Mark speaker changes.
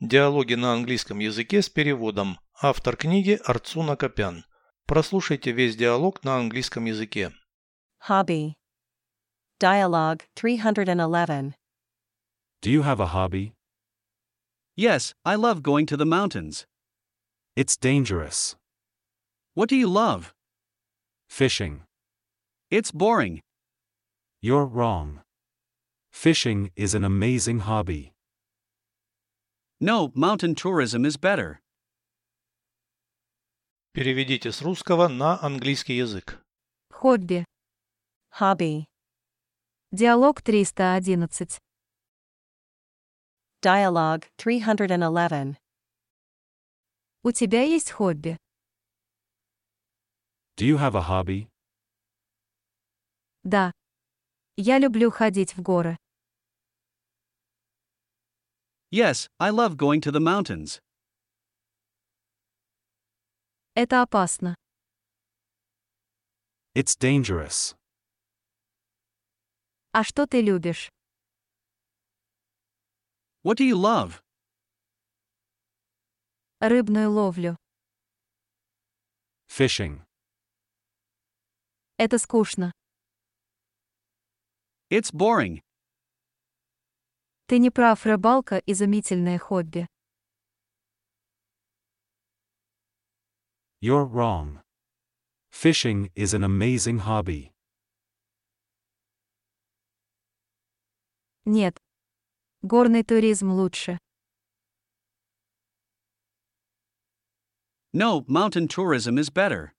Speaker 1: Диалоги на английском языке с переводом. Автор книги Арцуна Копян. Прослушайте весь диалог на английском языке.
Speaker 2: Hobby. Dialogue 311.
Speaker 3: Do you have a hobby?
Speaker 4: Yes, I love going to the mountains.
Speaker 3: It's dangerous.
Speaker 4: What do you love?
Speaker 3: Fishing.
Speaker 4: It's boring.
Speaker 3: You're wrong. Fishing is an amazing hobby.
Speaker 4: No, mountain tourism is better.
Speaker 1: Переведите с русского на английский язык.
Speaker 5: Хобби.
Speaker 2: Hobby.
Speaker 5: Диалог 311.
Speaker 2: Dialogue 311.
Speaker 5: У тебя есть хобби?
Speaker 3: Do you have a hobby?
Speaker 5: Да. Я люблю ходить в горы.
Speaker 4: Yes, I love going to the mountains.
Speaker 5: Это опасно.
Speaker 3: It's dangerous.
Speaker 5: А что ты любишь?
Speaker 4: What do you love?
Speaker 5: Рыбную ловлю.
Speaker 3: Fishing.
Speaker 5: Это скучно.
Speaker 4: It's boring.
Speaker 5: Ты не прав, рыбалка – изумительное хобби.
Speaker 3: You're wrong. Fishing is an amazing hobby.
Speaker 5: Нет. Горный туризм лучше.
Speaker 4: No, mountain tourism is better.